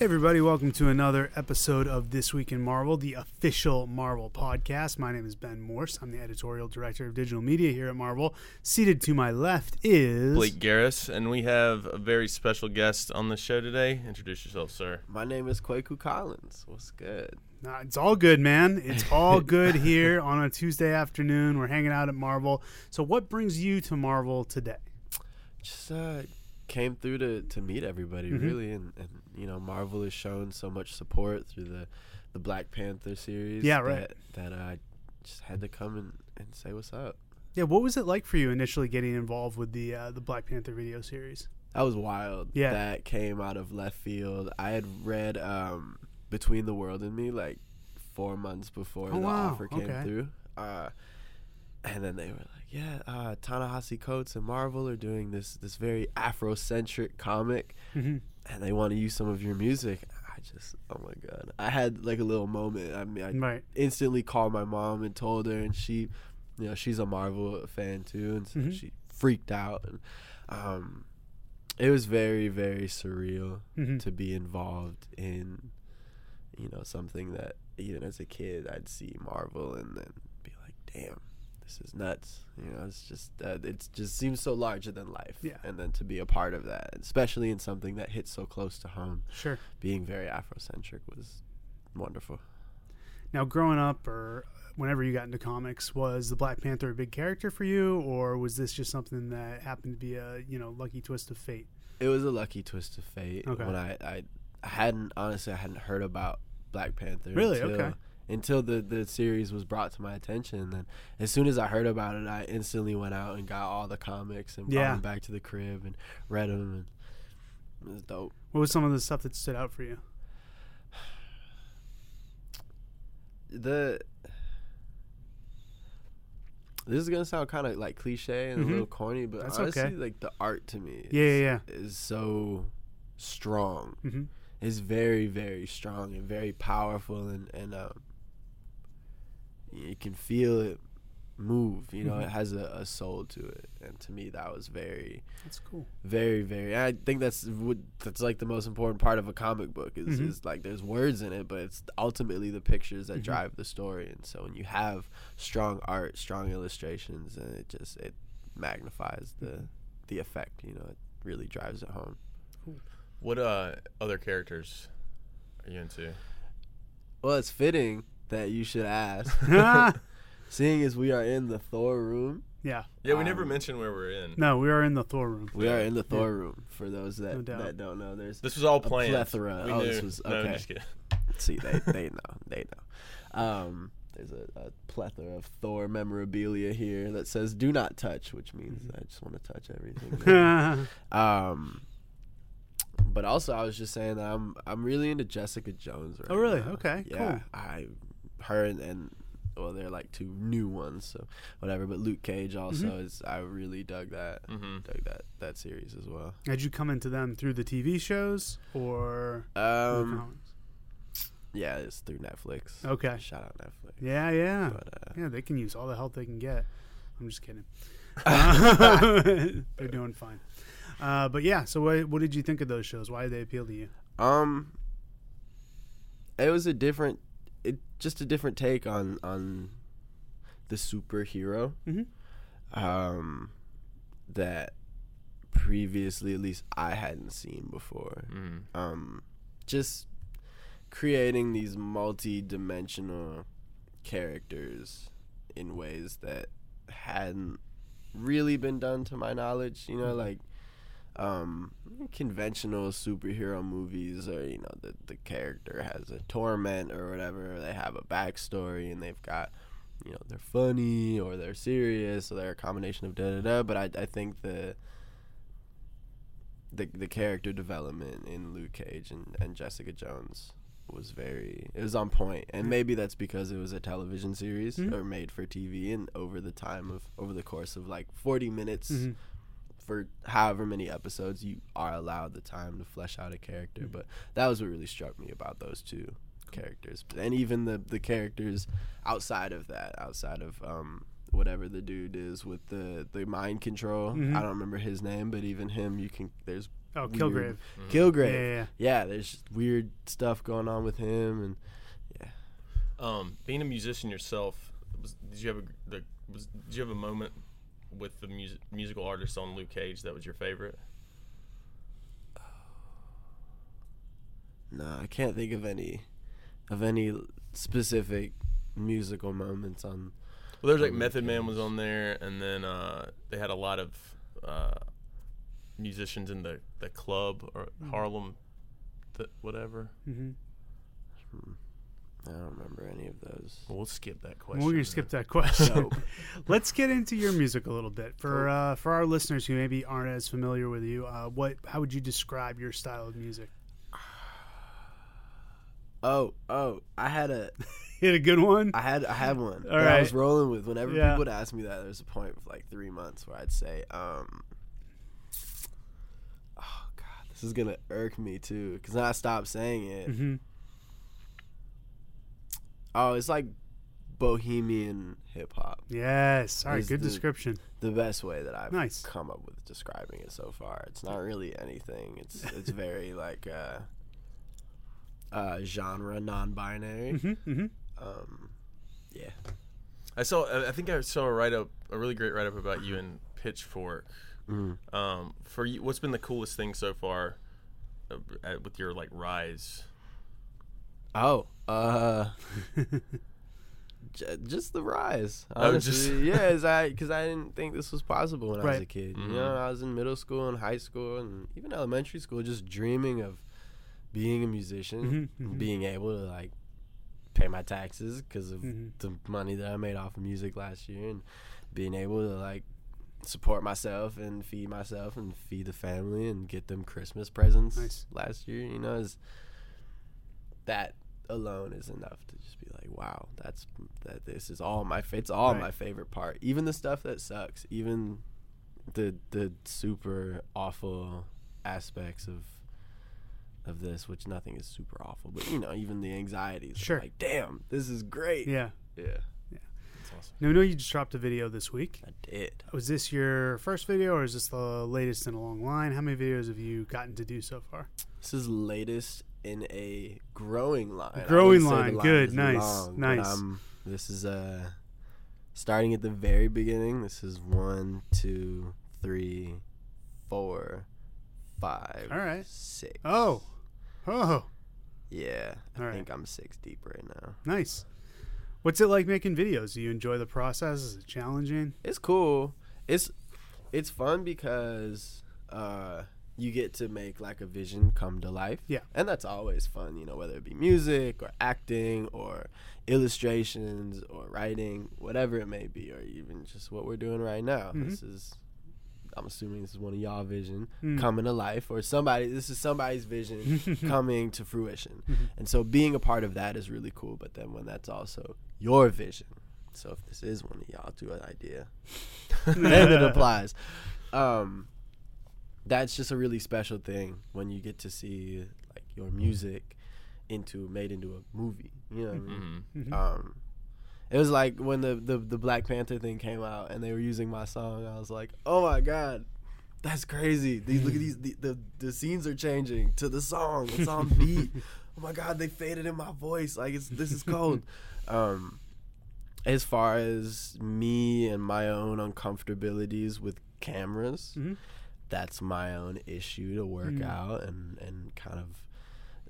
Hey everybody, welcome to another episode of This Week in Marvel, the official Marvel podcast. My name is Ben Morse. I'm the editorial director of digital media here at Marvel. Seated to my left is Blake Garris, and we have a very special guest on the show today. Introduce yourself, sir. My name is Kwaku Collins. What's good? Nah, it's all good, man. It's all good here on a Tuesday afternoon. We're hanging out at Marvel. So what brings you to Marvel today? Just uh, came through to, to meet everybody, Mhm. really, and, and you know, Marvel has shown so much support through the the Black Panther series. Yeah, right. That, that I just had to come and, and say what's up. Yeah, what was it like for you initially getting involved with the uh, the Black Panther video series? That was wild. Yeah. That came out of left field. I had read um, Between the World and Me like four months before Oh, the wow. offer came Okay. through. Uh, and then they were like, yeah, uh, Ta-Nehisi Coates and Marvel are doing this, this very Afrocentric comic, Mhm. and they want to use some of your music. I just, oh my God. I had like a little moment. I mean, I Right. instantly called my mom and told her, and she, you know, she's a Marvel fan too, and so Mhm. she freaked out. And um, it was very, very surreal Mhm. to be involved in, you know, something that even as a kid I'd see Marvel and then be like, damn. This is nuts, you know. It's just uh, it just seems so larger than life, Yeah. and then to be a part of that, especially in something that hits so close to home, Sure. being very Afrocentric was wonderful. Now, growing up or whenever you got into comics, was the Black Panther a big character for you, or was this just something that happened to be a you know lucky twist of fate? it was a lucky twist of fate Okay. when I, I I hadn't honestly I hadn't heard about Black Panther Really? until, Okay. until the the series was brought to my attention and then as soon as I heard about it I instantly went out and got all the comics and Yeah. brought them back to the crib and read them and it was dope What was some of the stuff that stood out for you? the this is gonna sound kind of like cliche and Mhm. a little corny but That's honestly okay. like the art to me is, Yeah, yeah, is so strong yeah. hmm is very very strong and very powerful and and um, you can feel it move you know Mhm. it has a, a soul to it and to me that was very That's cool. very very i think that's what that's like the most important part of a comic book is, Mhm. is like there's words in it but it's ultimately the pictures that Mhm. drive the story and so when you have strong art strong illustrations and it just it magnifies the Mhm. the effect you know it really drives it home What uh, other characters are you into? Well, it's fitting that you should ask, seeing as we are in the Thor room. yeah. Yeah, we never Um, mentioned where we're in. No, we are in the Thor room. We are in the Thor room. For those No that doubt. that don't know, there's This was all a planned. plethora. We oh, knew. this was No, I'm okay. just kidding. See, they they know, they know. Um, there's a, a plethora of Thor memorabilia here that says "Do not touch," which means I just want to touch everything. there. um, but also I was just saying that I'm I'm really into Jessica Jones right Oh, really? now. Okay, Yeah. cool. I her and, and well they're like two new ones, so whatever. But Luke Cage also is I really dug that Mhm. dug that that series as well. Had you come into them through the TV shows or through the Um comics? yeah, it's through Netflix. Okay. Shout out Netflix. Yeah, yeah. But uh, Yeah, they can use all the help they can get. I'm just kidding. They're doing fine. Uh, but yeah, so what, what did you think of those shows? Why did they appeal to you? Um, it was a different, it just a different take on on the superhero. Mhm. Um, that previously, at least, I hadn't seen before. Mm. Um, just creating these multi-dimensional characters in ways that hadn't really been done to my knowledge. You know, like um, conventional superhero movies or you know the, the character has a torment or whatever they have a backstory and they've got you know they're funny or they're serious or they're a combination of da da da but I, I think the the, the character development in Luke Cage and, and Jessica Jones was very it was on point and maybe that's because it was a television series Mhm. or made for TV and over the time of over the course of like 40 minutes Mhm. for however many episodes you are allowed the time to flesh out a character Mm. but that was what really struck me about those two characters and even the the characters outside of that outside of um whatever the dude is with the the mind control Mhm. i don't remember his name but even him you can there's Oh, weird- Kilgrave. Yeah, Kilgrave. yeah, yeah. yeah, there's just weird stuff going on with him, and Um, being a musician yourself, was, did you have a the, was, did you have a moment with the music, musical artist on Luke Cage that was your favorite? no, I can't think of any, of any specific musical moments on. Well, there's like On Luke Method Man Cage. was on there, and then uh, they had a lot of uh, musicians in the, the club or Harlem, th- whatever. hmm I don't remember any of those. Well, we'll skip that We're question. going to then. skip that question. Let's get into your music a little bit for uh, for our listeners who maybe aren't as familiar with you. Uh, what how would you describe your style of music? Oh, oh, I had a, You had a good one. I had, I had one All that I was right. rolling with. Whenever Yeah. people would ask me that, there was a point of like three months where I'd say, um, oh god, this is gonna irk me too, because then I stopped saying it. hmm Oh, it's like bohemian hip hop. Yes. All right. Is Good the- description. the best way that I've Nice. come up with describing it so far. It's not really anything. It's it's very like uh, uh, genre non-binary. hmm hmm Um, yeah, I saw. I I think I saw a write up, a really great write up about you in Pitchfork. Mhm. Um, for you, what's been the coolest thing so far uh, at- with your like rise? Oh, uh, mm-hmm. j- just the rise. Oh, just- Honestly, yeah, is I because I didn't think this was possible when I was Right. a kid. Mhm. You know, I was in middle school and high school and even elementary school, just dreaming of being a musician, Mhm, Mm-hmm. mhm. being able to like pay my taxes because Mm-hmm. of Mhm. the money that I made off of music last year, and being able to like support myself and feed myself and feed the family and get them Christmas presents Nice. last year. You know, is that alone is enough to just be like, wow, that's that. This is all my. fa- It's all Right. my favorite part. Even the stuff that sucks. Even the the super awful aspects of of this, which nothing is super awful, but you know, even the anxieties. of Sure. Like, damn, this is great. Yeah. Yeah. That's awesome. Now we know you just dropped a video this week. I did. Was this your first video, or is this the latest in a long line? How many videos have you gotten to do so far? This is latest in a growing line. I Growing wouldn't say the line. Good. is Nice. long, but Nice. I'm- this is uh, starting at the very beginning. This is one, two, three, four, five, All right. six. Oh, oh, yeah. I All right. think I'm six deep right now. nice. What's it like making videos? Do you enjoy the process? Is it challenging? It's cool. It's it's fun because uh, you get to make like a vision come to life. Yeah. and that's always fun. You know, whether it be music or acting or illustrations or writing, whatever it may be, or even just what we're doing right now. Mhm. This is. I'm assuming this is one of y'all vision Mm. coming to life, or somebody. This is somebody's vision coming to fruition, Mhm. and so being a part of that is really cool. But then when that's also your vision, so if this is one of y'all two idea, and it applies. Um, that's just a really special thing when you get to see like your music into made into a movie. You know, what I mean? hmm Mhm. um, it was like when the, the the Black Panther thing came out and they were using my song. I was like, oh my god. That's crazy. These, look at these. The, the the scenes are changing to the song. It's on beat. oh my god, they faded in my voice. Like it's this is cold. um, as far as me and my own uncomfortabilities with cameras, Mhm. that's my own issue to work Mm. out and and kind of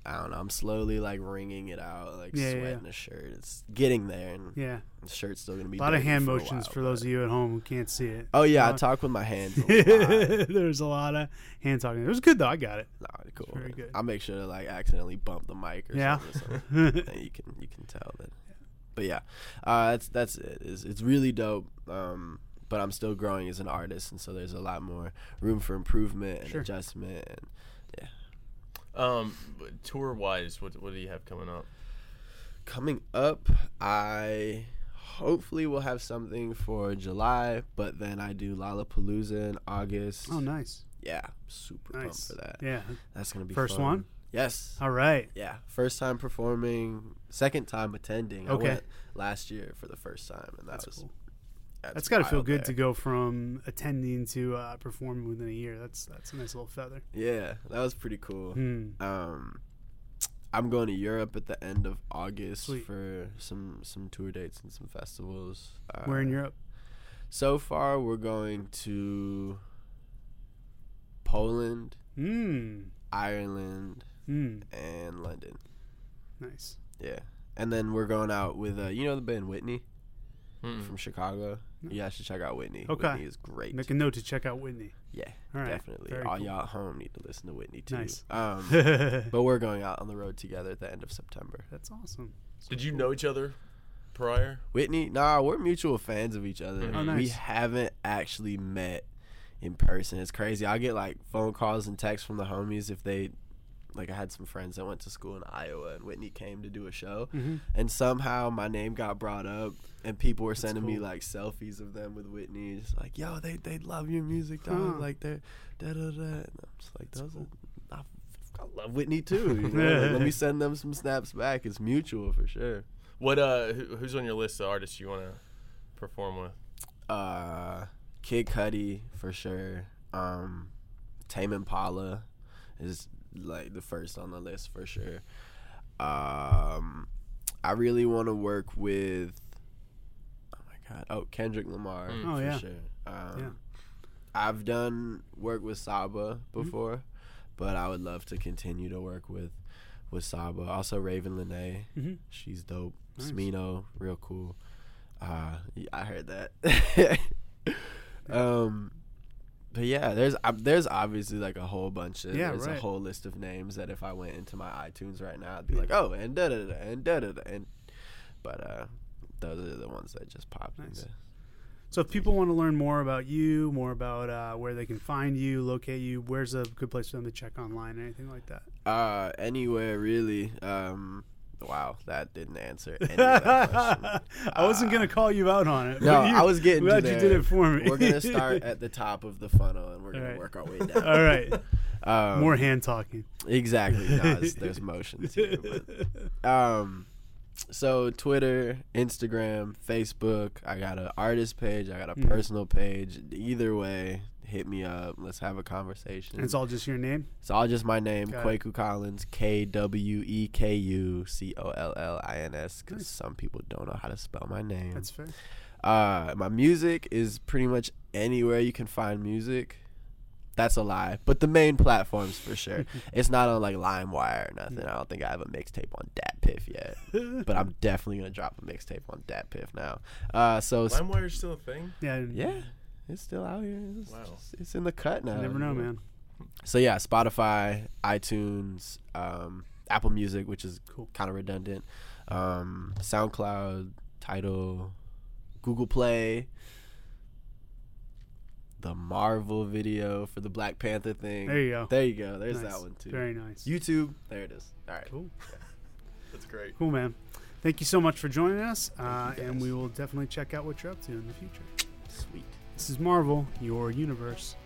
I don't know. I'm slowly like wringing it out, like Yeah, yeah, sweating a shirt. It's getting there, and Yeah, the shirt's still gonna be a lot of dirty hand for a motions while, for those but- of you at home who can't see it. Oh yeah, Uh, I talk with my hands. a lot. There's a lot of hand talking. It was good though. I got it. Nah, cool. very good. I make sure to like accidentally bump the mic or Yeah. something. so and you can you can tell that. But yeah, uh, that's that's it. It's, it's really dope. Um, but I'm still growing as an artist, and so there's a lot more room for improvement and Sure. adjustment. And Um, tour wise, what what do you have coming up? coming up, I hopefully will have something for July, but then I do Lollapalooza in August. oh, nice, Yeah, super pumped nice. for that. Yeah. That's gonna be First fun. one? Yes. All right. Yeah, first time performing, second time attending. Okay. I went last year for the first time, and that That's was cool. That's got to feel wild good there. to go from attending to uh, performing within a year. That's that's a nice little feather. Yeah, that was pretty cool. Hmm. Um, I'm going to Europe at the end of August Sweet. for some some tour dates and some festivals. Uh, Where in Europe? So far, we're going to Poland, Mm. Ireland, Mm. and London. Nice. Yeah, and then we're going out with uh, you know the band Whitney Mm-mm. from Chicago. No. Yeah, I should check out Whitney. Okay. Whitney is great. Make a note to check out Whitney. yeah, All right. definitely. very All cool. y'all at home need to listen to Whitney too. Nice. Um, but we're going out on the road together at the end of September. That's awesome. Did you know each other prior? Whitney, nah, we're mutual fans of each other. Oh, We nice. haven't actually met in person. It's crazy. I get like phone calls and texts from the homies if they like I had some friends that went to school in Iowa and Whitney came to do a show Mhm. and somehow my name got brought up and people were sending me cool. like selfies of them with Whitney. It's like, yo, they they love your music, dog. Huh. Like they're da da da and I'm just like, those cool. are, I, I love Whitney too. You know? Like, let me send them some snaps back. It's mutual for sure. What uh, who, who's on your list of artists you want to perform with? uh Kid Cudi for sure. Um Tame Impala is like the first on the list for sure. Um I really want to work with Oh my god. Oh, Kendrick Lamar Mm. Oh, for yeah. sure. Um Yeah. I've done work with Saba Mm-hmm. before, but I would love to continue to work with with Saba. Also Raven Lene. Mhm. She's dope. Nice. Smino, real cool. Uh, y- I heard that. um, but yeah, there's uh, there's obviously like a whole bunch of Yeah, there's right. a whole list of names that if I went into my iTunes right now, I'd be Yeah. like, oh, and da da da and da da da and. But uh, those are the ones that just popped. Nice. into- So if people want to learn more about you, more about uh, where they can find you, locate you, where's a good place for them to check online or anything like that? Uh, anywhere really. Um, wow, that didn't answer any of that question. I wasn't Uh, gonna call you out on it. No, but you- I was getting. glad to you there. did it for me. We're gonna start at the top of the funnel and we're gonna Alright. work our way down. All right, Um, more hand talking. Exactly. No, it's- there's motion too. But, um, so Twitter, Instagram, Facebook. I got an artist page. I got a Mhm. personal page. Either way, hit me up. Let's have a conversation. it's all just your name. It's all just my name, Got it. Kwaku Collins, K W E K U C O L L I N S, because Nice. some people don't know how to spell my name. That's fair. Uh, my music is pretty much anywhere you can find music. That's a lie, but the main platforms for sure. it's not on like LimeWire or nothing. I don't think I have a mixtape on DatPiff yet, but I'm definitely gonna drop a mixtape on DatPiff now. Uh, so s- LimeWire's still a thing. Yeah. I- yeah, it's still out here. It's, Wow. it's in the cut now. You never know, man. So yeah, Spotify, iTunes, um, Apple Music, which is Cool. kind of redundant, um, SoundCloud, Title, Google Play, the Marvel video for the Black Panther thing. There you go. There you go. There's Nice. that one too. Very nice. YouTube. There it is. All right. cool. That's great. Cool, man. Thank you so much for joining us, uh, you, and guys. we will definitely check out what you're up to in the future. Sweet. This is Marvel, your universe.